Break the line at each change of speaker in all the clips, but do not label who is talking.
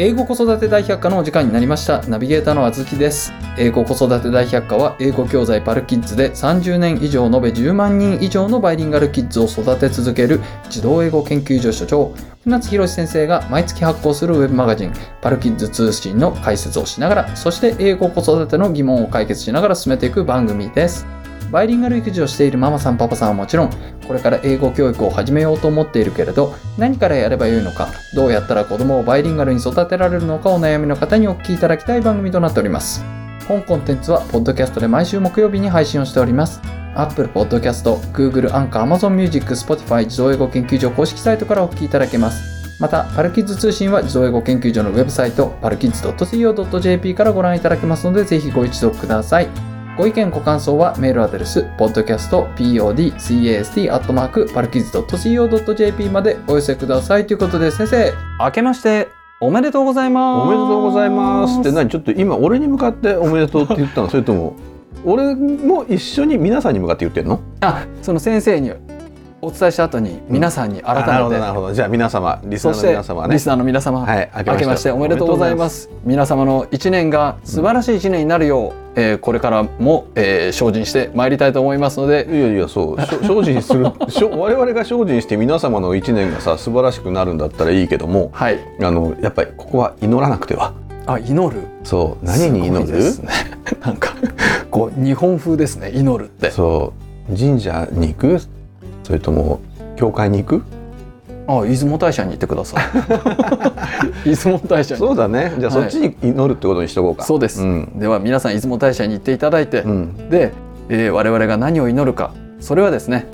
英語子育て大百科のお時間になりましたナビゲーターのあずきです英語子育て大百科は英語教材パルキッズで30年以上延べ10万人以上のバイリンガルキッズを育て続ける児童英語研究所所長船津博史先生が毎月発行するウェブマガジンパルキッズ通信の解説をしながらそして英語子育ての疑問を解決しながら進めていく番組ですバイリンガル育児をしているママさんパパさんはもちろんこれから英語教育を始めようと思っているけれど何からやればよいのかどうやったら子供をバイリンガルに育てられるのかお悩みの方にお聞きいただきたい番組となっております本コンテンツはポッドキャストで毎週木曜日に配信をしております Apple Podcast、Google アンカー、Amazon Music、Spotify 自動英語研究所公式サイトからお聞きいただけますまた、パルキッズ通信は自動英語研究所のウェブサイト、パルキッズ .co.jp からご覧いただけますので、ぜひご一読ください。ご意見、ご感想はメールアドレス、podcast.podcast.co.jp までお寄せくださいということで、先生、明けましておめでとうございます。
おめでとうございますって何ちょっと今俺に向かっておめでとうって言ったのそれとも俺も一緒に皆さんに向かって言ってんの
あ、その先生にお伝えした後に、皆さんに改
あな
め
るほ
て、
どなるほどじゃあ皆様リスナ
そ
ー
し
の
て、
皆様ね
リスナーの皆様、
はい
明けましておめでとうございます皆様の一年が素晴らしい一年になるよう、えーこれからも、えー精進してまいりたいと思いますの
お
で
めでとうございますいやいやそうしょ精進する しょ我々が精進して皆様の一年がさ素晴らしくなるんだったらいいけども
はい
あのやっぱりここは祈らなくては
あ祈る
そう何に祈
す
る
ごいですね なんかこう日本風ですね祈るって
そう神社に行くそれとも教会に行く
あ出雲大社に行ってくださ い出雲大社に
そうだねじゃあそっちに祈るってことにしとこうか、
そうです
ん
では皆さん出雲大社に行っていただいて、
うん、
で、えー我々が何を祈るかそれはですね、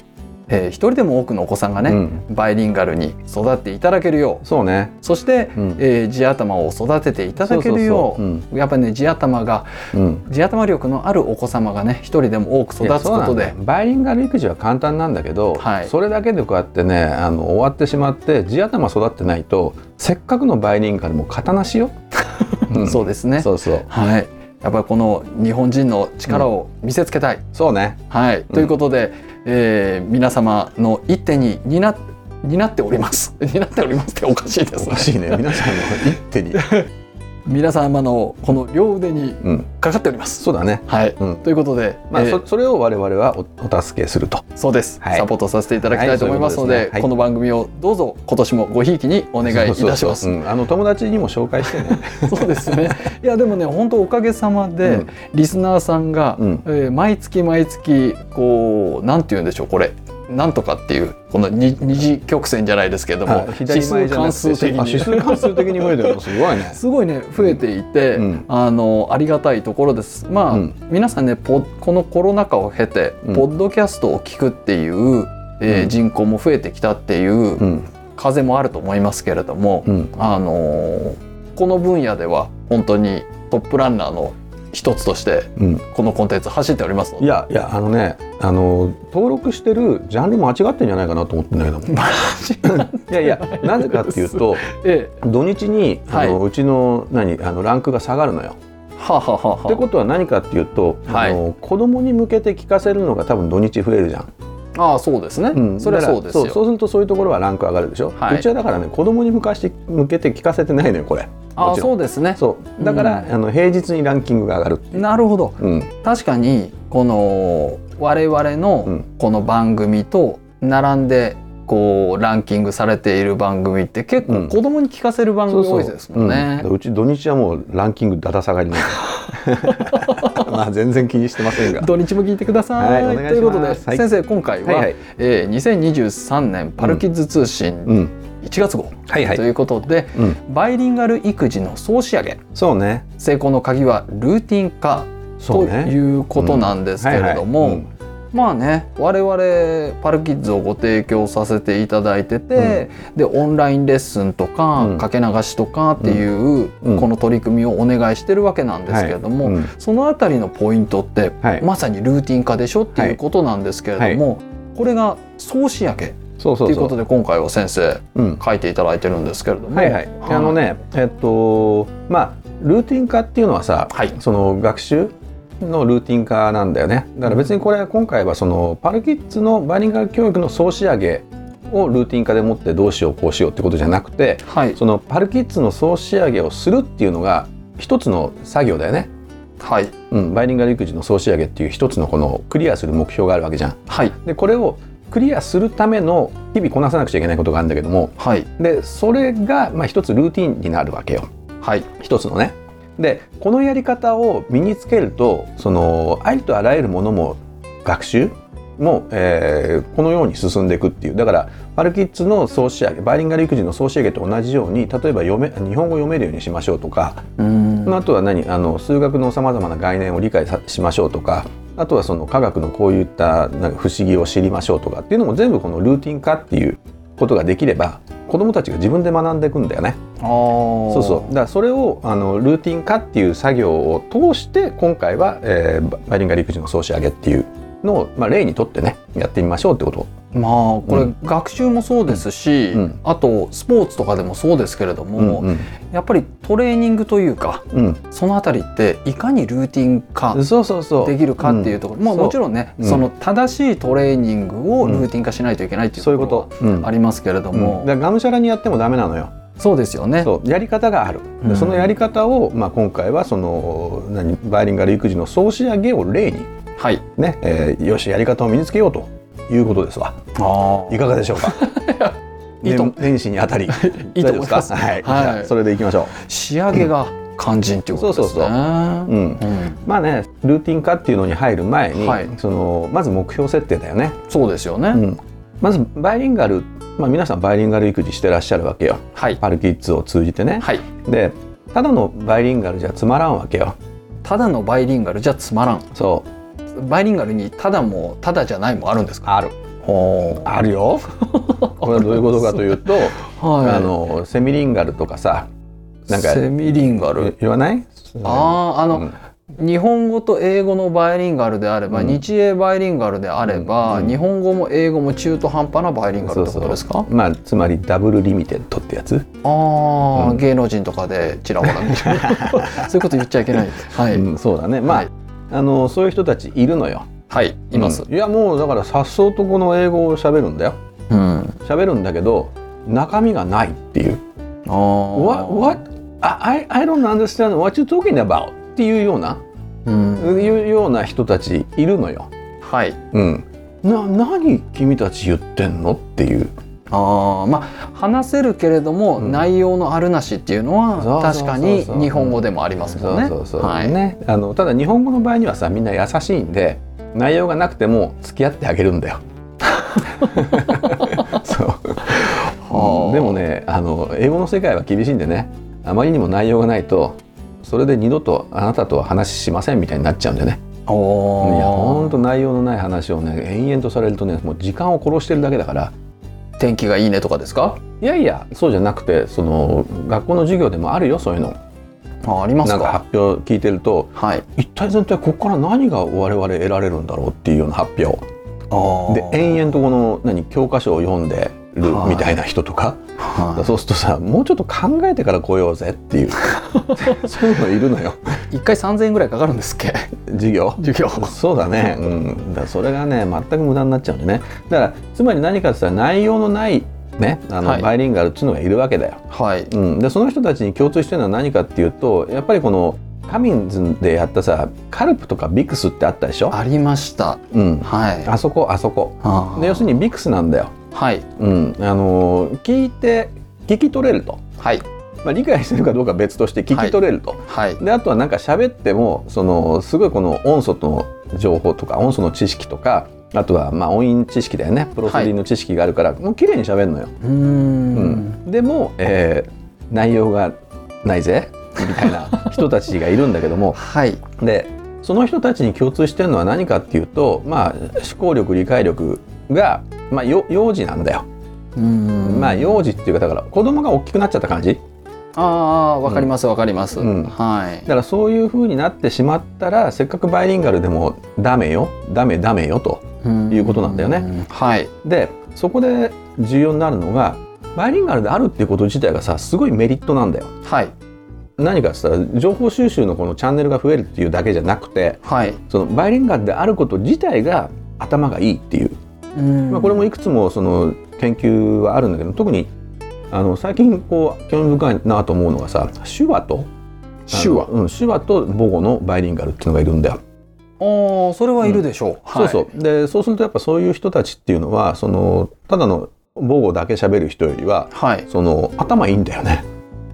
えー一人でも多くのお子さんがね、
うん
バイリンガルに育っていただけるよう
そうね。
そして、
うん
えー地頭を育てていただけるよう
そうそう
やっぱりね地頭が
うん。
地頭力のあるお子様がね一人でも多く育つ
そう
こ
な
と
んだ
で
よバイリンガル育児は簡単なんだけど、
はい
それだけでこうやってねあの終わってしまって地頭育ってないとせっかくのバイリンガルも型な しよ、
うんそううですね
そうそう
はいやっぱりこの日本人の力を見せつけたい、
そうね
はい、ということで、えー皆様の一手に担っ担っております 担っておりますっておかしいです
お
ね
かしいね皆さんの一 手に、
皆様のこの両腕に
うん、
かかっております
そうだね
はい、
うん
ということで、
まあ、
えー
そそれを我々はおお助けすると
そうです、
はい
サポートさせていただきたいと思いますので,、
はいそういうことですねはい
この番組をどうぞ今年もごひいきにお願いいたします
そうそうそううんあの友達にも紹介してね
そうです ねいやでもね本当おかげさまで、
うん
リスナーさんが、
うん
えー毎月毎月こうなんて言うんでしょうこれなんとかっていうこのに二次曲線じゃないですけれども
あ
指数関数的
あ指
に
数関数的に増えてるのすご いね
すごいね増えていて、
うん
あのありがたいところです。まあ、
うん
皆さんねポこのコロナ禍を経て、
うん
ポッドキャストを聞くっていう、えー
うん
人口も増えてきたっていう、
うん
風もあると思いますけれども、
うん
あのーこの分野では本当にトップランナーの一つとして
うん
このコンテンツ走っておりますの
い
で。
やいやあのねあの登録してるジャンル間違ってんじゃないかなと思ってんだけども
マジか
いやいやなぜかっていうと
ええ
土日にあの、うちの何あのランクが下がるのよ。
はあはあはあ
ってことは何かっていうと、
はい
あの子供に向けて聞かせるのが多分土日増えるじゃん。
ああそうですね、
うん
それは
だから
そうですよ
そうそうするとそういうところはランク上がるでしょ。
はいう
ちはだからね子供に向かして向けて聞かせてないのよこれ。
あ
も
あ
ちろん
そうですね
そうだから、
う
あの平日にランキングが上がる。
なるほど
うん
確かにこの我々
う
の
ん
この番組と並んでこうランキングされている番組って結
う
構
ん
子供に聞かせる番組多いですもんね
う。んうち土日はもうランキングだだ下がりね。 まあ全然気にしてませんが。
土日も聞いてください。
はいお願いします
ということで、
はい
先生今回は、
はいはい
えー、2023年パルキッズ通信
うん。
1月号、
はいはい
ということで、
うん。
バイリンガル育児の総仕上げ
そうね。
成功の鍵はルーティン化
そ
と
うね。
いうことなんですけれど
はいは
も
いうん
まあね我々パルキッズをご提供させていただいてて、でオンラインレッスンとか、
うん
かけ流しとかっていう、
うん
この取り組みをお願いしてるわけなんですけれども、
はいうん
そのあたりのポイントって、
はい
まさにルーティン化でしょっていうことなんですけれども、これが総仕上げって
そうそう
いう
そ
こと
う。
で今回は先生
うん。
書いていただいてるんですけれども。
はいはい。あのね、えっとまあルーティン化っていうのはさ、
はい
その学習のルーティン化なんだよね。だから別にこれ今回はそのパルキッズのバイリンガル教育の総仕上げをルーティン化でもってどうしようこうしようってことじゃなくて
はい
そのパルキッズの総仕上げをするっていうのが一つの作業だよね、
はい
うん、バイリンガル育児の総仕上げっていう一つのこのクリアする目標があるわけじゃん。
はい
でこれをクリアするための日々こなさなくちゃいけないことがあるんだけども
はい
でそれがまあ一つルーティンになるわけよ
はい
一つのね。でこのやり方を身につけるとそのありとあらゆるものも学習も、えーこのように進んでいくっていうだからパルキッズの総仕上げバイリンガル育児の総仕上げと同じように例えば読め日本語読めるようにしましょうとか
うーん
まあ、あとは何あの数学のさまざまな概念を理解さしましょうとかあとはその科学のこういったなんか不思議を知りましょうとかっていうのも全部このルーティン化っていうことができれば子どもたちが自分で学んでいくんだよね。
あー
そうそうだからそれをあのルーティン化っていう作業を通して今回は、えーババイリンガル育児の総仕上げっていうのを、まあ、例にとってねやってみましょうってこと。
まあこれ、
うん
学習もそうですし、
うん
あとスポーツとかでもそうですけれども、
うんうん
やっぱりトレーニングというか
うん
そのあたりっていかにルーティン化
そうそうそう
できるかっていうところ、
ん
まあ
そう
もちろんね、
うん
その正しいトレーニングをルーティン化しないといけないっていう
そういう
と
こ
ころは
と。うん
ありますけれども、
うんだからがむしゃらにやってもダメなのよ。
そうですよね。
そうやり方がある、で
うん
そのやり方を、まあ、今回はその何バイリンガル育児の総仕上げを例に、
はい。
ねえーよしやり方を身につけようということですわ
あ
いかがでしょうか
いいと
ね年始にあたり
いいと思います
大丈夫ですかはい、
はい
じゃあそれでいきましょ
仕上げが肝心っていうことですね。
そうそうそうう、うん、
うん
まあねルーティン化っていうのに入る前に、
はい
そのまず目標設定だよね、
そうですよね。
うん、まずバイリンガル、まあ、皆さんバイリンガル育児してらっしゃるわけよ
はい。
パルキッズを通じてね、
はい。
でただのバイリンガルじゃつまらんわけよ
ただのバイリンガルじゃつまらん。
そう
バイリンガルにただもただじゃないもあるんですか。
ある
ほ
あ るよこれはどういうことかというと、
う。はい。
あのセミリンガルとかさなんか
セミリンガル。
言わない
ああ、あ
あ
の、日本語と英語のバイリンガルであれば、
うん
日英バイリンガルであれば、
うん
日本語も英語も中途半端なバイリンガルってことですか。
まあつまりダブルリミテッドってやつ、
ああ、
うん
芸能人とかでちらほら 見るそういうこと言っちゃいけない。はい、
うん、そうだねまあ、
はい
あのそういう人たちいるのよ
はい、います。
うんいやもうだからさっそうとこの英語を喋るんだよ
うん。
喋るんだけど中身がないっていう
あ
「
あ。
What? What? I, I don't understand what you're talking about」っていうような、
うん。
いうような人たちいるのよ。
はい。
うん、な何君たち言ってんのっていう
ああ、まあ話せるけれども、
うん
内容のあるなしっていうの
そ
は
うそう
確
そう
かに日本語でもありますもんね。
そうそうそう
はい。
ね、あのただ日本語の場合にはさみんな優しいんで内容がなくても付き合ってあげるん だよ。そう
はあ
でもねあの英語の世界は厳しいんでねあまりにも内容がないとそれで二度とあなたとは話しませんみたいになっちゃうんでねい
おお。
やほんと内容のない話をね延々とされるとねもう時間を殺してるだけだから
天気がいいねとかですか。
いやいやそうじゃなくてその学校の授業でもあるよそういうの
あ、あります
な
か。
んか発表聞いてると
はい。
一体全体ここから何が我々得られるんだろうっていうような発表
あ
で延々とこの何教科書を読んでる
はい
みたいな人とか、
は
そうするとさもうちょっと考えてから来ようぜって いうそういうのいるのよ
い。一回三千円ぐらいかかるんですっ け。
授業。
授業。
そうだね、うん、だからそれがね全く無駄になっちゃうんでねだからつまり何かって言ったら内容のないねあの、
はい
バイリンガルっていうのがいるわけだよ。
はい。
うん、でその人たちに共通してるのは何かっていうとやっぱりこのカミンズでやったさカルプとかビクスってあったでしょ
ありました。
うん、
はい。
あそこあそこ
あー
で要するにビクスなんだよ、
はい。
うんあのー聞いて聞き取れると、
はい。
まあ、理解してるかどうかは別として聞き取れると、
はい。
であとはなんか喋ってもそのすごいこの音素の情報とか音素の知識とかあとはまあ音韻知識だよねプロセディの知識があるから、もう綺麗に喋るのよ、
うーん
うんでも、えー内容がないぜみた いな人たちがいるんだけども
はい。
でその人たちに共通してるのは何かっていうと、まあ、思考力理解力が、まあ、よ幼児なんだよ、
うーん
まあ幼児っていうかだから子供が大きくなっちゃった感じ
ああわかりますわかります。
うん
はい
だ。からそういう風になってしまったらせっかくバイリンガルでもダメよダメダメよということなんだよね
うん。はい。
でそこで重要になるのがバイリンガルであるっていうこと自体がさすごいメリットなんだよ
はい。
何かって言ったら情報収集のこのチャンネルが増えるっていうだけじゃなくて
はい。
そのバイリンガルであること自体が頭がいいっていう、
うん
まあ、これもいくつもその研究はあるんだけど特にあの最近こう興味深いなと思うのがさ手話と
手話
あのうん、手話と母語のバイリンガルっていうのがいるんだよ。
ああそれはいるでしょう、はい、
そうそうでそうするとやっぱそういう人たちっていうのはそのただの母語だけ喋る人よりは
はい
その頭いいんだよね。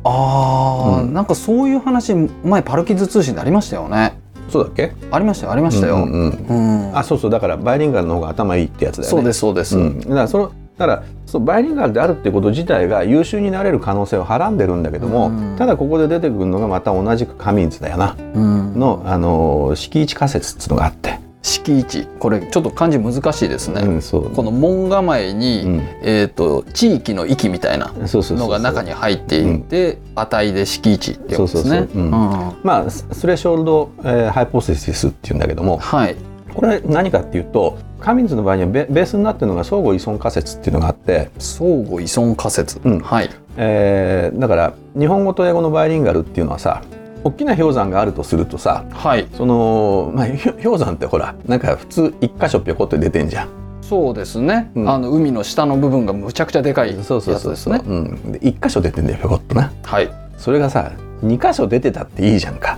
ああ、
うん
なんかそういう話前パルキッズ通信でありましたよね
そうだっけ
ありましたよありましたよ、う
うんんうんうんあそうそうだからバイリンガルの方が頭いいってやつだよね。
そうですそうです、
うん、だからそのだからそうバイリンガルであるってこと自体が優秀になれる可能性をはらんでるんだけども、
うん
ただここで出てくるのがまた同じくカミンズだよな
うん
の、あのー敷地仮説っつうのがあって、
敷地これちょっと漢字難しいですね、
うんそう
この門構えに、
う、
えー、と地域の域みたいなん
そうそうそうそ
の
う
が中に入っていて、値で敷地ってやつです
そう
ね
そう。そううん
ん
まあススレショールド、えーハイポセシスっていうんだけども
はい。
これ何かっていうとカミンズの場合にはベベースになってるのが相互依存仮説っていうのがあって、
相互依存仮説。
うん
はい。
えーだから日本語と英語のバイリンガルっていうのはさ大きな氷山があるとするとさ
はい。
その、まあ、ひょ氷山ってほらなんか普通一箇所ぴょこって出てんじゃん
そうですね。
うん
あの海の下の部分がむちゃくちゃでかいやつですね。
うん、で一箇所出てんだよぴょこっとな
はい。
それがさ二箇所出てたっていいじゃんか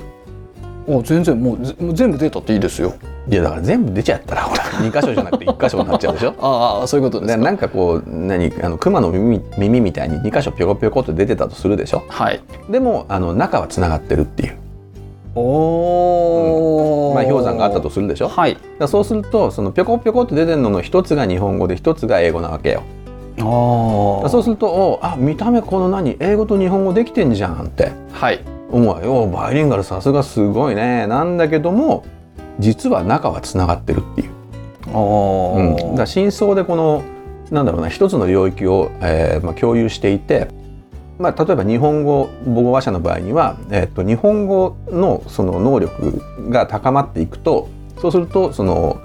お全然もうぜもう全部出たっていいですよ。
いやだから全部出ちゃったらほら二箇所じゃなくて一箇所になっちゃうでしょ
ああそういうことです
で
か。
なんかこう何あの熊の耳耳みたいに二箇所ぴょこぴょこっと出てたとするでしょ
はい。
でもあの中はつながってるっていう、
おお、
まあ、氷山があったと。するでしょだか
はい。
らそうするとそのぴょこぴょこって出てるのの一つが日本語で一つが英語なわけよ
ああ。
そうするとおあ見た目この何英語と日本語できてんじゃんって
はい。
思うよバイリンガルさすがすごいねなんだけども実は中はつながってるっていう、
ああ、
うん、だから真相でこのなんだろうな一つの領域を、えーまあ、共有していて、まあ、例えば日本語母語話者の場合には、えー、と日本語のその能力が高まっていくとそうするとその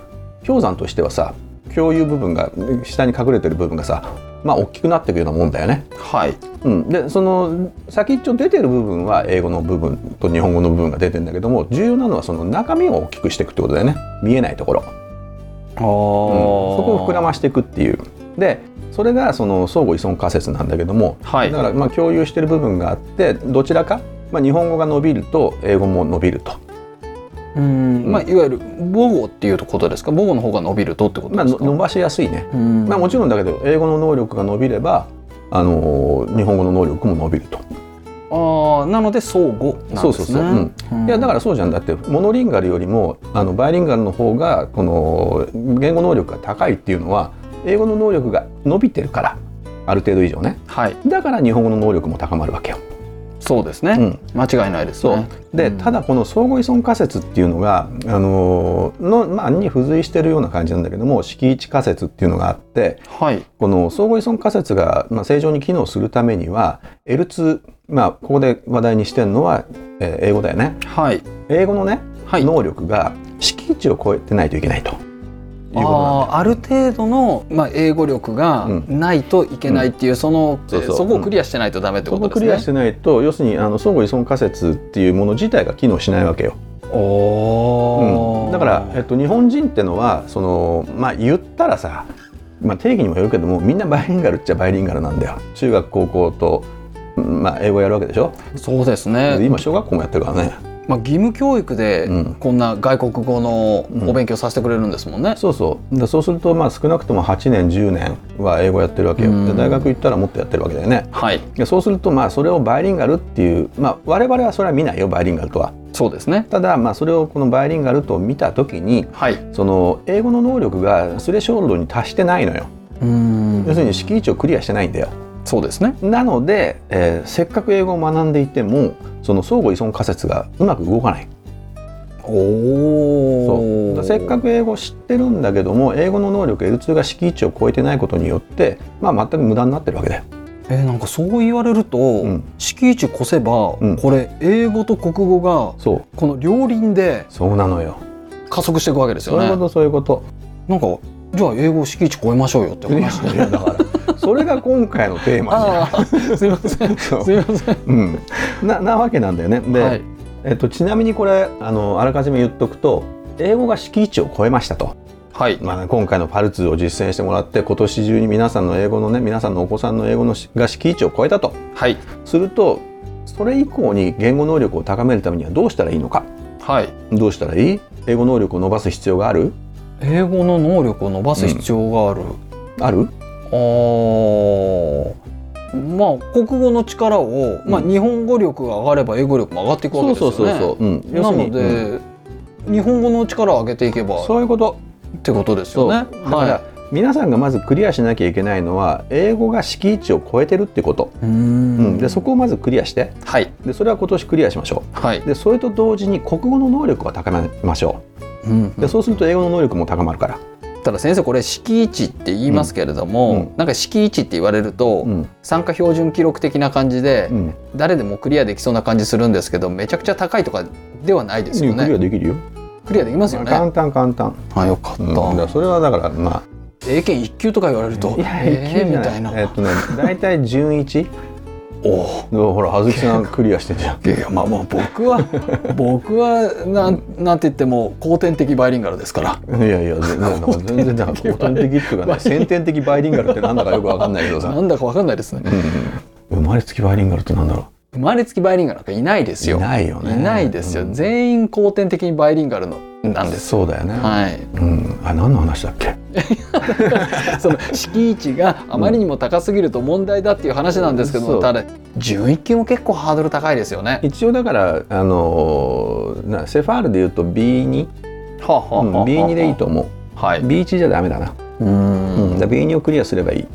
氷山としてはさ共有部分が下に隠れてる部分がさまあ大きくなっていくようなもんだよね。
はい。
うん、でその先っちょ出てる部分は英語の部分と日本語の部分が出てるんだけども重要なのはその中身を大きくしていくってことだよね見えないところ、うん
ああ、そ
そこを膨らましていくっていうでそれがその相互依存仮説なんだけども、
はい
だからまあ共有してる部分があってどちらか、まあ、日本語が伸びると英語も伸びると、
うん、まあ、
う
いわゆる母語っていうことですか母語の方が伸びるとってこと
まあ、
です
の
か、
伸ばしやすいね、
うん
まあ、もちろんだけど英語の能力が伸びれば、あのー日本語の能力も伸びると
ああなので相互なんですね
そうそうそううんいやだかららそうじゃんだってモノリンガルよりもあのバイリンガルの方がこの言語能力が高いっていうのは英語の能力が伸びてるからある程度以上ね
はい
だから日本語の能力も高まるわけよ。
そうですね、
うん
間違いないです
そう
ね
で
うん
ただこの相互依存仮説っていうのがあのの、まあ、に付随してるような感じなんだけども敷地仮説っていうのがあって
はい
この相互依存仮説が、まあ、正常に機能するためには L2、まあ、ここで話題にしてるのは、えー英語だよね。
はい
英語のね
はい
能力が敷地を超えてないといけないということなん
ああある程度の、まあ、英語力が
うん
ないといけないっていう、その
そうそう
えーこをクリアしてないとダメって
そ
こ
こと
です
をク
ね
リアしてないと要するにあの相互依存仮説っていうもの自体が機能しないわけよ、
お
うんだから、えっと、日本人ってのはそのまあ言ったらさ、まあ、定義にもよるけどもみんなバイリンガルっちゃバイリンガルなんだよ中学高校と、うんまあ、英語やるわけでしょ
そうです
で
ね、
今小学校もやってるからね
まあ、義務教育で
うん
こんな外国語の
うん
お勉強させてくれるんですもんね、
そうそうだそうするとまあ少なくとも8年10年は英語やってるわけよ
う
で
ん
大学行ったらもっとやってるわけだよね
はい
でそうするとまあそれをバイリンガルっていうまあ我々はそれは見ないよバイリンガルとは
そうですね
ただまあそれをこのバイリンガルと見た時に
はい
その英語の能力がスレショールドに達してないのよ
うん
要するに敷地をクリアしてないんだよ
そうですね
なので、えーせっかく英語を学んでいてもその相互依存仮説がうまく動かないそう
お
だせっか
く
く英語を知ってるんだけども英語の能力 L2 が敷地を超えてないことによってまあ全く無駄になってるわけだよ
えーなんかそう言われると、
ん
敷地越せば、
うん
これ英語と国語が
そう
この両輪で
そうなのよ
加速していくわけですよ
そういうこ
ね
とそういうこと
なんかじゃあ英語敷地超えましょうよって
いや
話
いやだからそれが今回のテーマじゃん
ああすいません
そう
すいません
うん、ななわけなんだよね。で、
はい
えっと、ちなみにこれあのあらかじめ言っとくと英語が敷地を超えましたと
はい。
まあね、今回のパルツーを実践してもらって今年中に皆さんの英語のね皆さんのお子さんの英語のしが敷地を超えたと
はい。
するとそれ以降に言語能力を高めるためにはどうしたらいいのか
はい。
どうしたらいい英語能力を伸ばす必要がある
英語の能力を伸ばす必要がある。
ある
あーまあ国語の力を、まあ
うん
日本語力が上がれば英語力も上がっていくわけですよね。
う、うん、要
な
す
の
るにうん
で、日本語の力を上げていけばっ
そういうこと
てことですよね。
だから、
は
皆さんがまずクリアしなきゃいけないのは英語が敷地を超えてるってこと、
い。う
うん
ん
でそこをまずクリアして
はい
でそれは今年クリアしましょ。
はいう
でそれと同時に国語の能力を高めましょ
うん
うでそうすると英語の能力も高まるから、
ただ先生これ敷地って言いますけれど
うん
も、なんか敷地って言われると、
うん
参加標準記録的な感じで、
うん、
誰でもクリアできそうな感じするんですけどめちゃくちゃ高いとかではないですよ
クリア
ね。
できるよ、
クリアできますよね。
簡単簡単、
あよかった。
うん、だからそれはだからまあ
英検一級とか言われると、
いやいけ
えー
るんじ
み
ゃ
たい
な
な。
いえっとね大体準1
お
ほら葉月さんクリアしてんじゃん
いやいやまあまあ僕は 僕はなんなんて言っても後天的バイリンガルですから。
いやいや全然なんか全然なんか後天的 っていうかね先天的バイリンガルってなんだかよくわかんないけどさ、
なんだかわかんないですね。
うん、生まれつきバイリンガルってなんだろ
生まれつきバイリンガルなんかいないです
うい
よ。
ないよね
いないですよ。
うん
全員後天的にバイリンガルのなんです。
そうだよね、
はい。
うん、あ何の話だっけ
その敷地があまりにも高すぎると問題だっていう話なんですけども、
そう
ただ準一級も結構ハードル高いですよね。
一応だからあのーなセファールで言うと B2、
はあは
うん、B2 でいいと。思う
はい。
B1 じゃダメだな、
う
うん、
ん
だから B2 をクリアすればいい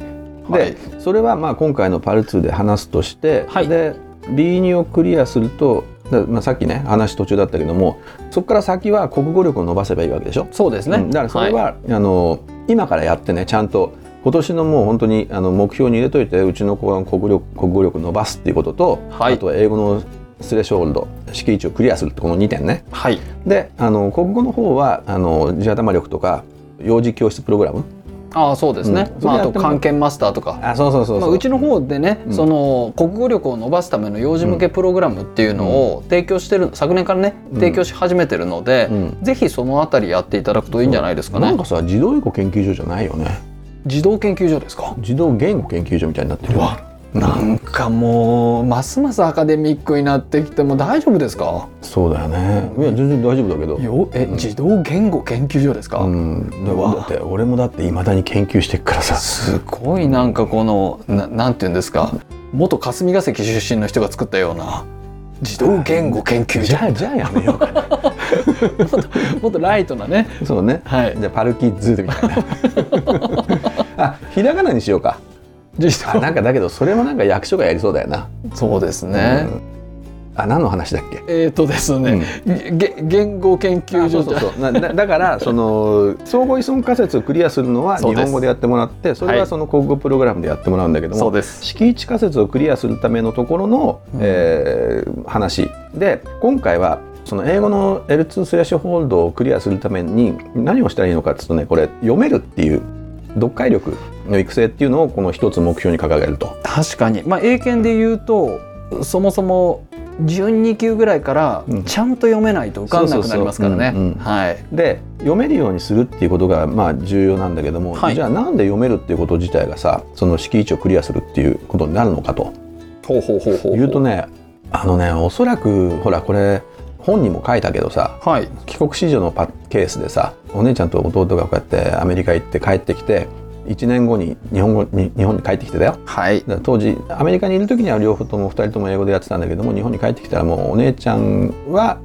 で、
はい
それはまあ今回のパル2で話すとして、
はい
で B2 をクリアするとだまあ、さっきね話途中だったけどもそこから先は国語力を伸ばせばいいわけでしょ、
そうですね。
うんだからそれ
い
は、あの今からやってねちゃんと今年のもう本当にあの目標に入れといてうちの子は国力国語力伸ばすっていうことと、
はい
あとは英語のスレショールド敷地をクリアするってこの2点ね
はい。
であの国語の方はあの地頭力とか幼児教室プログラム
ああそうですね。
うん
まああ
それや
と
っても
関係マスターとか。
あそうそうそうそ
ま
う、
あ、うちの方でね、
うん
その国語力を伸ばすための幼児向けプログラムっていうのを提供してる、昨年からね
うん
提供し始めてるので、
うん
ぜひそのあたりやっていただくといいんじゃないですか
な
ね
んか。さ児童英語研究所じゃないよね
児童研究所ですか。
児童言語研究所みたいになってるわ
なんかもうますますアカデミックになってきても大丈夫ですか。
そうだよねいや全然大丈夫だけど
よえ、児童言語研究所ですか。
うんだ
わ
だって俺もだっていまだに研究してっからさ
すごいなんかこのななんていうんですか元霞が関出身の人が作ったような児童言語研究
じ
所
ゃあじゃあやめよう かな
もっとライトなね
そうね
はい
じゃあパルキッズ みたいなあひらがなにしようか
児
あ
童
なんかだけどそれもなんか役所がやりそうだよな
そうですね、
うんあ何の話だっけ
えっ、とですね、げ言語研究
あそ
所
うそう
じゃ
そうなだだからその相互依存仮説をクリアするのは
そう
日
です
本語でやってもらってそれ
は
はいその国語プログラムでやってもらうんだけども、
です
敷地仮説をクリアするためのところの、
うん
えー話で今回はその英語の L2 スレッシュホールドをクリアするために何をしたらいいのかっていうとねこれ読めるっていう読解力の育成っていうのをこの一つ目標に掲げると。
確かにまあ英検で言うとそもそも準2級ぐらいから
うん
ちゃんと読めないと浮かんなくなりますからね
そうそうそううんうん
はい
で読めるようにするっていうことがまあ重要なんだけども、
はい
じゃあなんで読めるっていうこと自体がさその敷地をクリアするっていうことになるのかと
ほうほうほうほ
いうとねあのねおそらくほらこれ本にも書いたけどさ
はい
帰国子女のパケースでさお姉ちゃんと弟がこうやってアメリカ行って帰ってきて1年後に日本語に日本に帰ってきてだよ
はい
だから当時アメリカにいる時には両方とも2人とも英語でやってたんだけども日本に帰ってきたらもうお姉ちゃんは、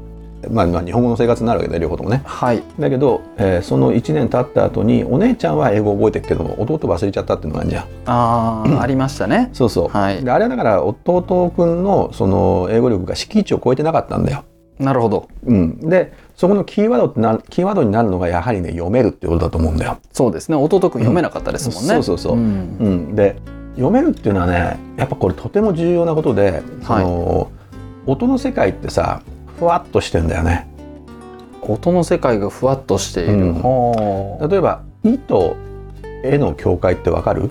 まあ、まあ日本語の生活になるわけだよ両方ともね
はい
だけど、えーその1年経った後にお姉ちゃんは英語覚えてるけども弟忘れちゃったっていうのがあるじゃん
あ ーありましたね
そうそう、
はい
であれはだから弟くんのその英語力が敷地を超えてなかったんだよ、
なるほど
うん、でそこのキーワードってなキーワードになるのがやはりね読めるってことだと思うんだよ、
そうですね弟くん読めなかったですもんね、
うんそうそうそうんうん、で読めるっていうのはねやっぱこれとても重要なことでその、音の世界ってさふわっとしてんだよね
音の世界がふわっとしている、
うん
は
例えば「い」と「え」の境界ってわかる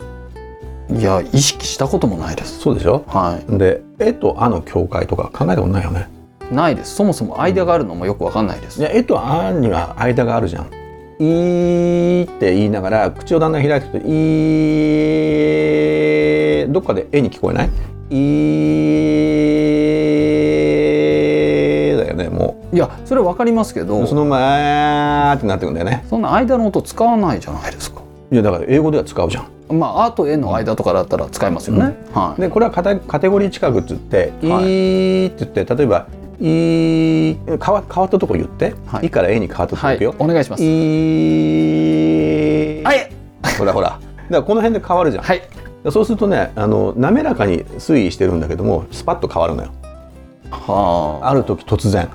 あいや意識したこともないです
そうでしょ
は
で「え」と「あ」の境界とか考えたことないよね
いないですそもそも間があるのもよくわかんないで
い
す、
や絵とあんには間があるじゃん「いー」って言いながら口をだんだん開くと「いー」どっかで「え」に聞こえない「いー」だよねも
いやそれ分かりますけど
うそのまま「あー」ってなってくんだよね
そんな間の音使わないじゃないですか
いやだから英語では使うじゃん
まあ「あ」と「え」の間とかだったら使いますよね、はい
でこれはカテカテゴリー近くっつって「い
はい
ー」って言って例えば「いー」変わ変わったとこ言って「、
はいい
から「え」に変わったとこ
はい
行くよ、
お願いしま
い
す
ー
はい
ほらほらだからこの辺で変わるじゃん
はい
そうするとねあの滑らかに推移してるんだけどもスパッと変わるのよ
は
ある時突然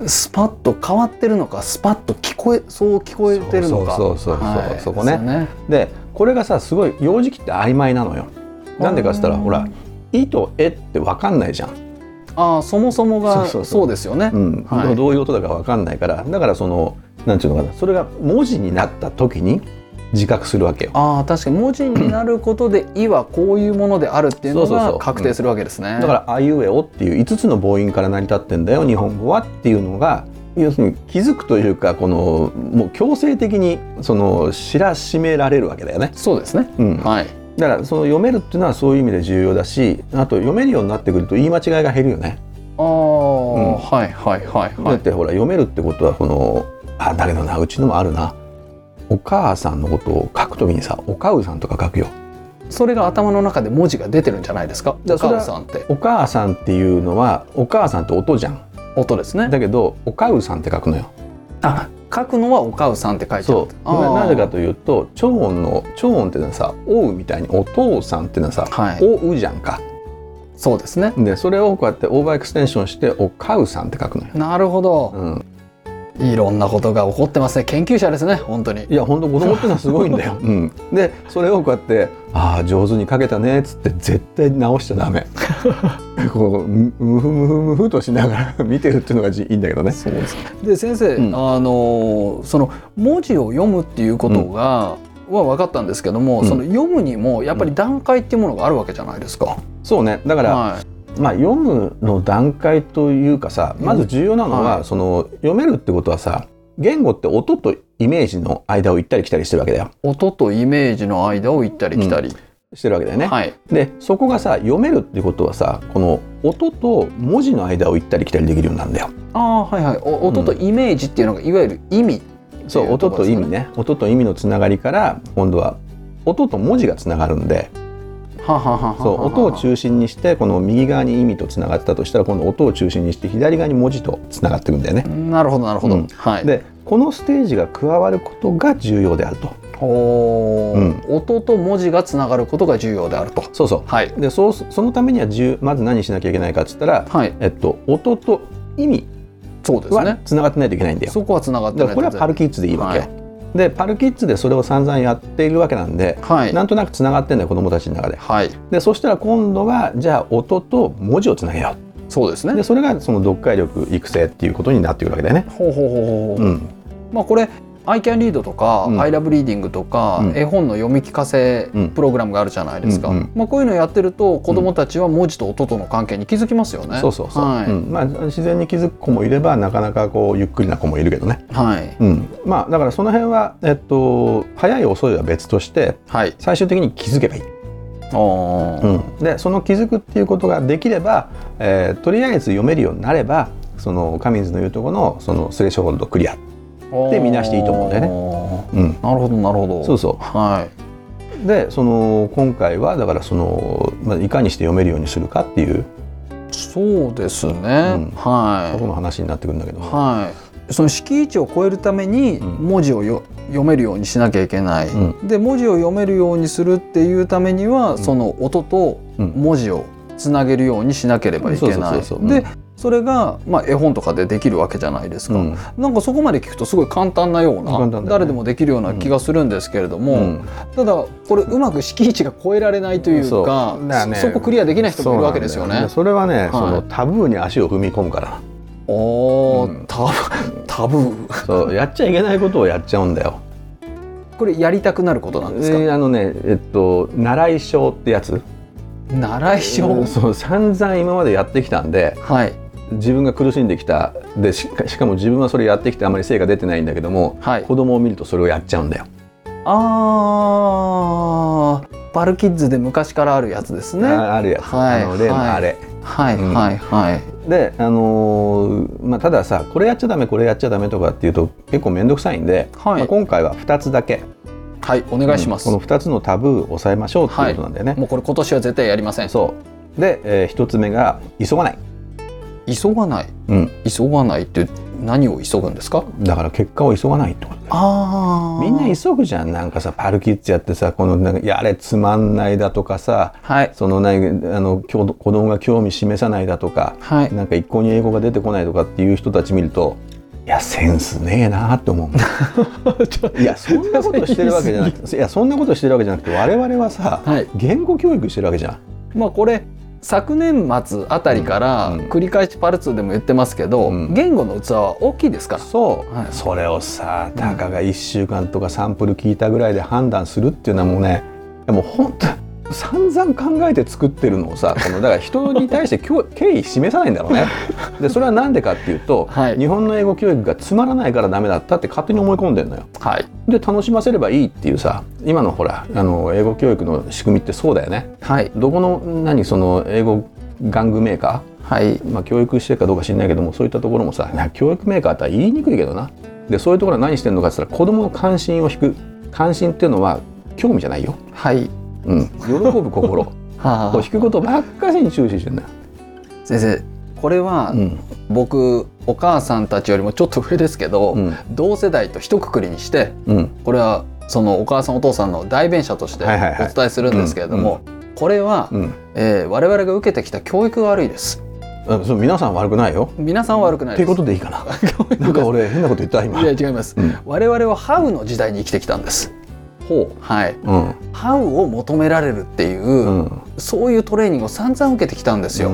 あスパッと変わってるのかスパッと聞こえそう聞こえてるのか
そうそうそうそう
はい
そこね
ですよ
でこれがさすごい幼児期って曖昧なのよなんでかっつったらほら「い」と「え」って分かんないじゃん、
ああそもそも
そう
が
そうそう
そうですよね
うん
はい
でもどういうことだか分かんないからだからそのなんていうのかなそれが文字になった時に自覚するわけよ
ああ確かに文字になることで「い」はこういうものであるっていうの
そうそうそ
が
う
確定するわけですね。
だから「あいうえお」っていう5つの母音から成り立ってんだよ日本語はっていうのが要するに気づくというかこのもう強制的にその知らしめられるわけだよね。
そうですね。
うん、
はい。
だからその読めるっていうのはそういう意味で重要だしあと読めるようになってくると言い間違いが減るよね。
ああ、はいはいはいは
だっ
い。
てほら読めるってことはこのあだけどなうちのもあるなお母さんのことを書くときにさ「おかうさん」とか書くよ。
それが頭の中で文字が出てるんじゃないですか。
だ
お
から
母さんって
お母さんっていうのはお母さんって音じゃん。
音ですね。
だけど「おかうさん」って書くのよ。
あ、書くのはお母さんって書いてある
そ。うこれはなぜかというと長音の長音っていうのはさ「おう」みたいに「お父さん」っていうのはさ「
はい
おう」じゃんか。
そうですね。
でそれをこうやってオーバーエクステンションして「おかうさん」って書くのよ。
なるほど。
うん、
いろんなことが起こってますね。研究者ですね。本当に。
いや本当子供ってのはすごいん だよ。うん、でそれをこうやって「ああ上手に書けたね」っつって絶対直しちゃ ダメ。こうむむふむふむふとしながら見てるっていうのがじいいんだけどね。
そうです。で先生、
うん
あのーその文字を読むっていうことが、は分かったんですけども、
うん
その読むにもやっぱり段階っていうものがあるわけじゃないですか。
そうねだから、
はい。
まあ、読むの段階というかさまず重要なのは、
はい
その読めるってことはさ言語って音とイメージの間を行ったり来たりしてるわけだよ。
音とイメージの間を行ったり来たり。
してるわけだよね。
はい。
でそこがさ読めるってことはさこの音と文字の間を行ったり来たりできるようになるんだよ。
ああはいはい。お音とイメージっていうのがいわゆる意味。
そう
っていうと
音
ことですね
意味ね音と意味のつながりから今度は音と文字がつながるんで
ははははは
そう音を中心にしてこの右側に意味とつながってたとしたら今度音を中心にして左側に文字とつながっていくんだよね。
なるほどなるほど。
うん
はい。
でこのステージが加わることが重要であると。
おー
うん
音と文字がつながることが重要であると。
そうそ
はい。
うでそうすそのためには重まず何しなきゃいけないかっつったら、
はい。
えっと、音と意味
そうです
は
ね。
つながってないといけないんだよ。
そこはつながって
だか
ない
らこれはパルキッズでいいわけよ。
は
でパルキッズでそれを散々やっているわけなんで、
はい。
なんとなくつながってんだよ子どもたちの中で。
はい。
でそしたら今度はじゃあ音と文字をつなげよ
そうです
う
ね
で。それがその読解力育成っていうことになってくるわけだよね。
ほうほうほうほう
う
ほう。
ん
まあこれ I can read とか、
うん
I love reading とか、
うん
絵本の読み聞かせ
うん
プログラムがあるじゃないですか。
うんうん
まあこういうのやってると子供たちは文字と音との関係に気づきますよね。
そうそうそう、
はい、
うんまあ、自然に気づく子もいればなかなかこうゆっくりな子もいるけどね、
はい
うん、まあだからその辺は、えっと、早い遅いは別として
はい。
最終的に気づけばいい、
おー
うん、でその気づくっていうことができれば、えーとりあえず読めるようになればそのカミンズの言うところのそのスレッシュホールドクリア、で見なしていいと思うんだよね
ね。
うん、
なるほどなるほど。
そうそう
はい。
でその今回はだからその、まあ、いかにして読めるようにするかっていう
そうですね。
んそこ
は
の話になってくるんだけど、
い。はい。その敷地を超えるために
うん
文字をよ、読めるようにしなきゃいけない、
う
で文字を読めるようにするっていうためには、
ん
その音と
うん
文字をつなげるようにしなければいけな
そうそうそ
いう
そううん
でそれが、まあ、絵本とかでできるわけじゃないですか、
うん
なんかそこまで聞くとすごい簡単なような
簡単だよね
誰でもできるような気がするんですけれども、
うん
ただこれうまく敷地が超えられないというか,、
そうだからね
そこクリアできない人もいるわけですよ
そうなんだ
ね。
それはね、
い
そのタブーに足を踏み込むから
おー
うん
タブタブー
なそうやっちゃいけないことをやっちゃうんだよ。
これやりたくなることなんですか、
えーあのねえっと習い性ってやつ
習い性、
うんそう散々今までやってきたんで
はい
自分が苦しんできたでしかしかも自分はそれやってきてあまり成果出てないんだけども
はい
子供を見るとそれをやっちゃうんだよ。
あーパルキッズで昔からあるやつですねは
ああるやつ、
はい
あの例のあれ。
い
うん
はいはい、
で、あのーまあ、たださこれやっちゃダメこれやっちゃダメとかっていうと結構面倒くさいんで、
はい
まあ今回は2つだけ
はいお願いします、
うんこの2つのタブーを抑えましょうっていうことなんだよね。
もうこれ今年は絶対やりません
そうで、え1つ目が急がない、
急がない
うん、
急がないって何を急ぐんですか
だから結果を急がないってことだよ
あ
みんな急ぐじゃんなんかさパルキッズやってさこのなんかやれつまんないだとかさ
はい
そのなあの今日子供が興味示さないだとか
はい
なんか一向に英語が出てこないとかっていう人たち見るといやセンスねえなって思うもん いやそんなことしてるわけじゃなくていやそんなことしてるわけじゃなくて我々はさ
はい
言語教育してるわけじゃん。
まあこれ昨年末あたりから
うんうん
繰り返しパルツーでも言ってますけど、
うん
言語の器は大きいですから
そう、
はい
それをさたかが1週間とかサンプル聞いたぐらいで判断するっていうのはもうねいやもう本当散々考えて作ってるのをさこのだから人に対してきょ 敬意示さないんだろうね。でそれは何でかっていうと、
はい
日本の英語教育がつまらないからダメだったって勝手に思い込んでるのよ。
はい
で楽しませればいいっていうさ今のほらあの英語教育の仕組みってそうだよね。
はい
どこの何その英語玩具メーカ
はい
ー、まあ、教育してるかどうか知んないけどもそういったところもさいや教育メーカーって言いにくいけどなでそういうところは何してるのかって言ったら子供の関心を引く関心っていうのは興味じゃないよ、
はい
うん、喜ぶ 心こ
は
う
あ
引くことばっかりに注視してるんだよ、
先生これは
うん
僕お母さんたちよりもちょっと上ですけど、
うん
同世代と一括りにして
うん、
これはそのお母さんお父さんの代弁者としてお
はいはいはい
伝えするんですけれども、これは、
うん
えー我々が受けてきた教育が悪いです
あそう皆さん悪くないよ
皆さんは悪くない
って
で
いう
す
ことでいい かななんか俺変なこと言った今
いや違います
うん
我々はハウの時代に生きてきたんです
ほ
はい、
ううん
ハウを求められるっていう、
うん
そういうトレーニングを散々受けてきたんですよ、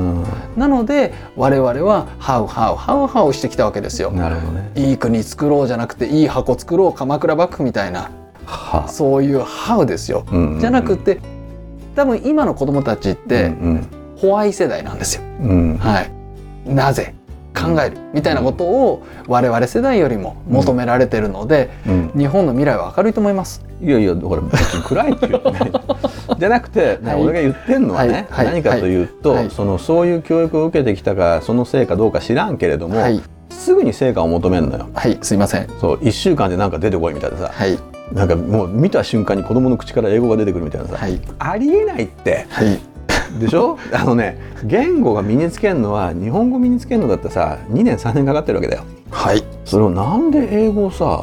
なので我々はハウハウハウハウしてきたわけですよ、
うんなるほどね
いい国作ろうじゃなくていい箱作ろう鎌倉幕府みたいな
は
そういうハウですよ、じゃなくて多分今の子供たちって、
うん
ホワイ世代なんですよ
うんうん
はいなぜ考えるみたいなことを我々世代よりも求められてるので、
うん
日本の未来は明るいと思います
いやいやだから別に暗いっていう ねじゃなくて、ね
はい
俺が言ってんのはね、
はいはい
何かというと、
はい
そのそういう教育を受けてきたかその成果どうか知らんけれども、
はい
すぐに成果を求めるのよ。
はいすいません
そう1週間でなんか出てこいみたいなさ
はい
なんかもう見た瞬間に子供の口から英語が出てくるみたいなさ、
はい
ありえないって
はい
で しょあのね言語が身につけるのは日本語身につけるのだってさ2年3年かかってるわけだよ。
はい
それをなんで英語をさ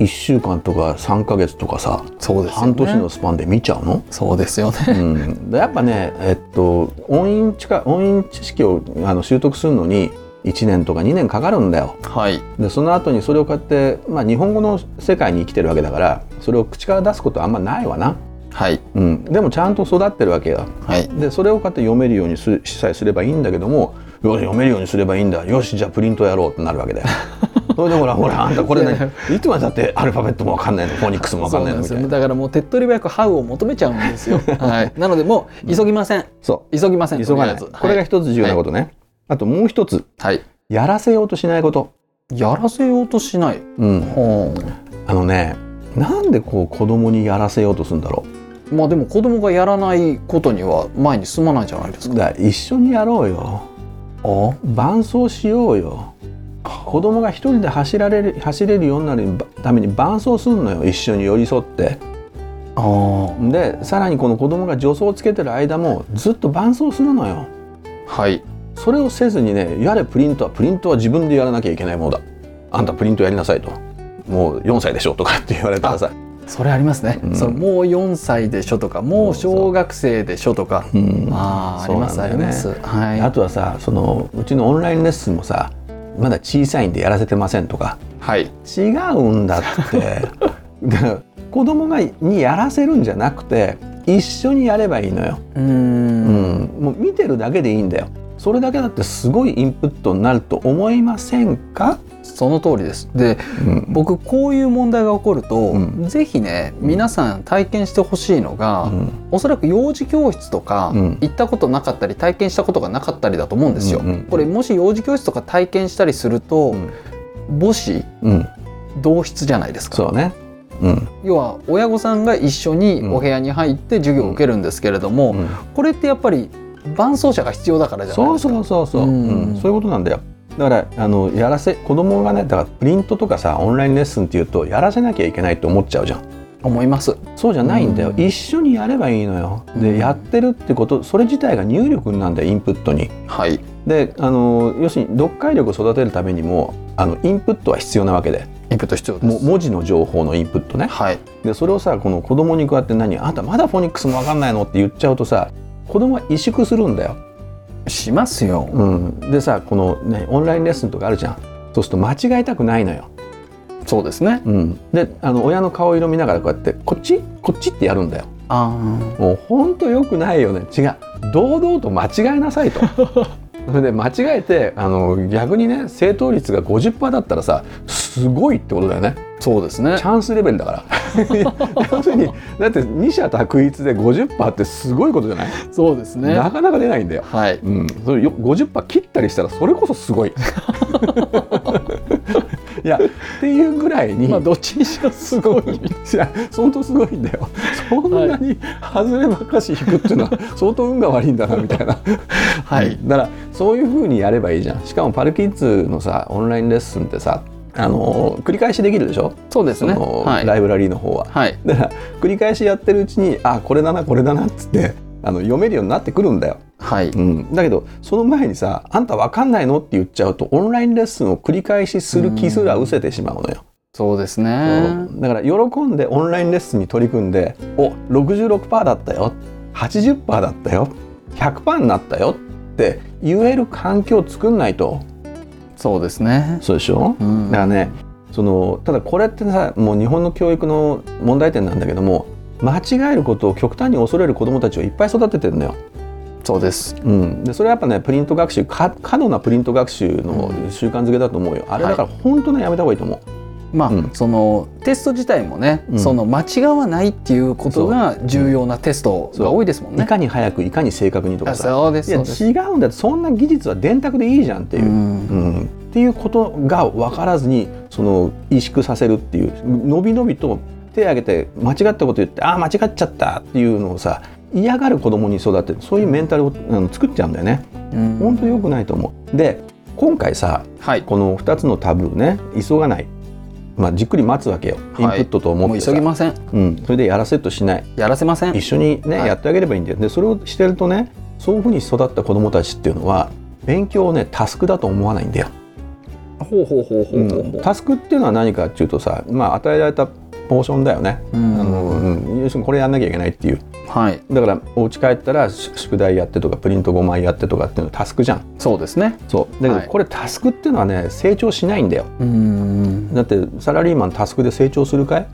1週間とか3ヶ月とかさ、
そうですよね
半年のスパンで見ちゃうの
そうですよね
うん、やっぱね、えっと、音韻知か音韻知識をあの習得するのに1年とか2年かかるんだよ
はい
でその後にそれをこうやって、まあ、日本語の世界に生きてるわけだからそれを口から出すことはあんまないわな、
はい
うん、でもちゃんと育ってるわけよ
はい
でそれをこうやって読めるようにすしさえすればいいんだけどもよし読めるようにすればいいんだよしじゃあプリントやろうってなるわけだ よそれでほらほらあんたこれねいつまでだってアルファベットもわかんないのフォニックスもわか
そ
ん
う
ない
なん
の
で
み
す
た
よ
いな
だからもう手っ取り早くハウを求めちゃうんですよ はいなのでもう急ぎません
そ
急ぎません
う急がない
とりあえず
これが一つ重要なことね、あともう一つ
はい、はい
やらせようとしないこと、
やらせようとしない
うん、
ほ
あのねなんでこう子供にやらせようとするんだろ
うまあでも子供がやらないことには前に進まないじゃないです
う
か
だから一緒にやろうよ
あ
伴走しようよ子供が一人で走られる走れるようになるために伴走するのよ一緒に寄り添って
あー
でさらにこの子供が助走をつけてる間もずっと伴走するのよ
はい
それをせずにねやれプリントはプリントは自分でやらなきゃいけないものだあんたプリントやりなさいともう4歳でしょとかって言われたらさ
それありますね、
うん
そのもう4歳でしょとかもう小学生でしょとか
うん
あああ
そ
り
う
ま
なん
す
だ
あ
よ
り
ね
ますはい
あとはさそのうちのオンラインレッスンもさまだ小さいんでやらせてませんとか
はい
違うんだって で子供がにやらせるんじゃなくて一緒にやればいいのよ、
うー
うんん、もう見てるだけでいいんだよそれだけだってすごいインプットになると思いませんか
その通りです。で
うん
僕こういう問題が起こると、
うん
ぜひね皆さん体験してほしいのが、
うん
おそらく幼児教室とか、
うん
行ったことなかったり体験したことがなかったりだと思うんですよ。
うんうん
これもし幼児教室とか体験したりすると、母子
うん、
同室じゃないですか。
そうね。うん、
要は親御さんが一緒に
うん
お部屋に入って授業を受けるんですけれども、
うん
これってやっぱり伴走者が必要だからじゃない
そう
ですか。
そうそうそう、
う
うんん、そういうことなんだよ。だからあのやらせ子供がねだからプリントとかさオンラインレッスンっていうとやらせなきゃいけないと思っちゃうじゃん。
思います。
そうじゃないんだよ、
うん
一緒にやればいいのよで、
うん
やってるってことそれ自体が入力なんだよインプットに
はい。
であの要するに読解力を育てるためにもあのインプットは必要なわけで
インプット必要で
も
す。
文字の情報のインプットね
はい。
でそれをさこの子供にこうやって何あんたまだフォニックスもわかんないのって言っちゃうとさ子供は萎縮するんだよ、
しますよ。
うん、でさこの、ね、オンラインレッスンとかあるじゃんそうすると間違えたくないのよ、
そうですね。
うん、であの親の顔色見ながらこうやってこっちこっちってやるんだよ
あー
もうほんとよくないよね違う堂々と間違えなさいとそれで間違えてあの逆にね正答率が50%だったらさすごいってことだよね
そうですね
チ。ャンスレベルだから要するにだって二者択一で50%ってすごいことじゃない、
そうですね。
なかなか出ないんだよ、
はい。
うん、それよ50%切ったりしたらそれこそすごい いやっていうぐらいに、
まあどっちにしろすごい。
いや相当すごいんだよそんなに外ればっかし引くっていうのは相当運が悪いんだなみたいな
はい
だからそういうふうにやればいいじゃんしかもパルキッズのさオンラインレッスンってさあの繰り返しできるでしょ
そうです
そ
ね。
の、
はい。
ライブラリーの方は
はい。
だから繰り返しやってるうちにあこれだなこれだなっつってあの読めるようになってくるんだよ、
はい。
うん、だけどその前にさ「あんたわかんないの?」って言っちゃうとオンラインレッスンを繰り返しする気すら失せてしまうのよ。
そうですね。
そうだから喜んでオンラインレッスンに取り組んで「お66%だったよ80%だったよ100%になったよ」って言える環境を作んないと
そうですね。
そうでしょ
うん
だからねそのただこれってさもう日本の教育の問題点なんだけども間違えることを極端に恐れる子どもたちをいっぱい育ててるのよ。
そうです。
うん、でそれはやっぱねプリント学習か過度なプリント学習の習慣づけだと思うよ。あれだから本当ねやめた方がいいと思う。
まあ、
うん
そのテスト自体もね、
うん
その間違わないっていうことが重要なテストが多いですもん
い
ね。
かに早くいかに正確にとか
あ
さ
そうで
い
す。
や
そうです。
違うんだってそんな技術は電卓でいいじゃんっていう、
う
うん
ん
っていうことが分からずにその萎縮させるっていう伸び伸びと手を挙げて間違ったこと言ってああ間違っちゃったっていうのをさ嫌がる子供に育てるそういうメンタルをあの作っちゃうんだよね。
うん
本当良くないと思うで今回さ
はい。
この2つのタブーね急がない、まあ、じっくり待つわけよインプ
はい
ットと思
も
っ
う
てさ、
急ぎません。
うん、それでやらせとしない
やらせません
一。緒にね、
はい
やってあげればいいんだよでそれをしてるとねそういうふうに育った子どもたちっていうのは勉強をねタスクだと思わないんだよ、
ほうほうほうほうほう
うんタスクっていうのは何かっていうとさ、まあ、与えられたポーションだよね、
うん
あのうん要するにこれやんなきゃいけないっていう
はい。
だからお家帰ったらし宿題やってとかプリント5枚やってとかっていうのはタスクじゃん
そうですね。
そうだけど
はい
これタスクっていうのはね成長しないんだよ
うん。
だってサラリーマンタスクで成長するかい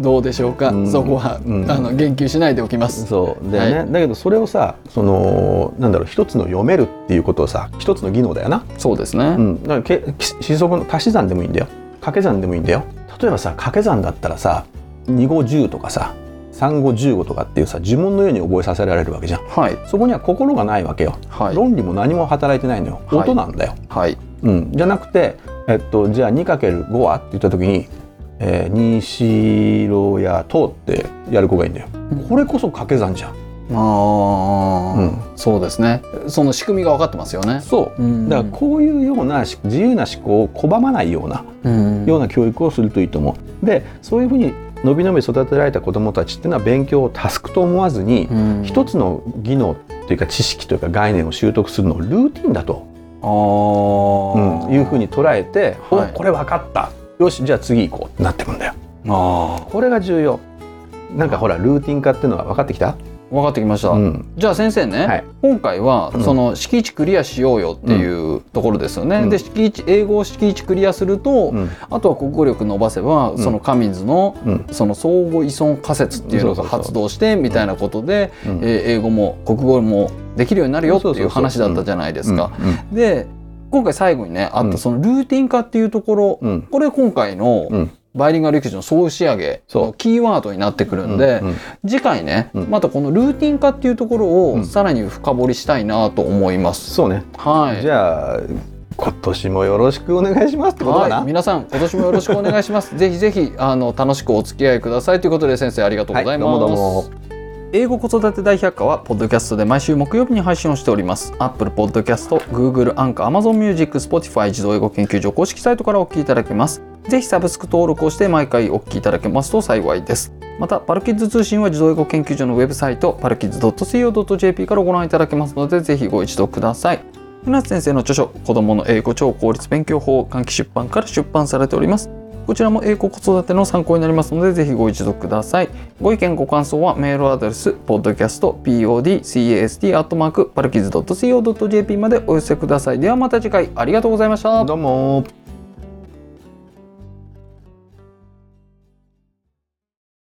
どうでしょうか。
うん
そこは、
うん
あの言及しないでおきます。
そうだよね、
は
だけどそれをさそのなんだろう一つの読めるっていうことをさ一つの技能だよな
そうですね。
うん、だからけし指数の足し算でもいいんだよ掛け算でもいいんだよ例えばさ掛け算だったらさ2五10とかさ3五15とかっていうさ呪文のように覚えさせられるわけじゃん
はい。
そこには心がないわけよ、
はい。
論理も何も働いてないのよ
はい
音なんだよ、
はい。
うん、じゃなくて、えっと、じゃあ 2×5 はって言った時に「えー、にしろやと」ってやる子がいいんだよ
うん
これこそ掛け算じゃん、
ああ、
うん、
そうですね。その仕組みが分かってますよね。
そう
うん
だからこういうようなし自由な思考を拒まないような
うん
ような教育をするといいと思う。でそういうふうに伸び伸び育てられた子どもたちっていうのは勉強をタスクと思わずに
うん
一つの技能というか知識というか概念を習得するのをルーティンだと、
ああ、
うんいうふうに捉えて「
はい
おこれ分かったよしじゃあ次行こう」ってなってくんだよ。
あ
これが重要なんかほらルーティン化っていうのは分かってきた、
あ、分かってきました。
うん
じゃあ先生ね、
はい
今回は
うん
その敷地クリアしようよっていうところですよね。
うん
で敷地英語を敷地クリアすると、
うん
あとは国語力伸ばせば、
ん
そのカミンズの
うん
その相互依存仮説っていうのが発動してみたいなことで、
うん
えー英語も国語もできるようになるよって
そう
い
そううそう
話だったじゃないですか。
うんうん
で今回最後にねあっ
うん
たそのルーティン化っていうところ、
うん
これ今回の
うん
バイリンガル育児の総仕上げ
そう
のキーワードになってくるんで、
うんうん
次回ね、
うん
またこのルーティン化っていうところ
う
を
ん
さらに深掘りしたいなと思います。
そうね、
はい。
じゃあ今年もよろしくお願いしますってことかな、
はい、皆さん今年もよろしくお願いし ます。ぜひぜひあの楽しくお付き合いくださいということで先生ありがとうございます。
はいどうもどうも
英語子育て大百科はポッドキャストで毎週木曜日に配信をしております。Apple Podcast、Google アンカー、Amazon Music、Spotify 自動英語研究所公式サイトからお聞きいただけます。ぜひサブスク登録をして毎回お聞きいただけますと幸いです。また、パルキッズ通信は自動英語研究所のウェブサイト、パルキッズ .co.jp からご覧いただけますので、ぜひご一読ください。船津先生の著書「子どもの英語超効率勉強法」換気出版から出版されておりますこちらも英語子育ての参考になりますのでぜひご一読くださいご意見ご感想はメールアドレス podcastpodcast.co.jp までお寄せくださいではまた次回ありがとうございました
どうも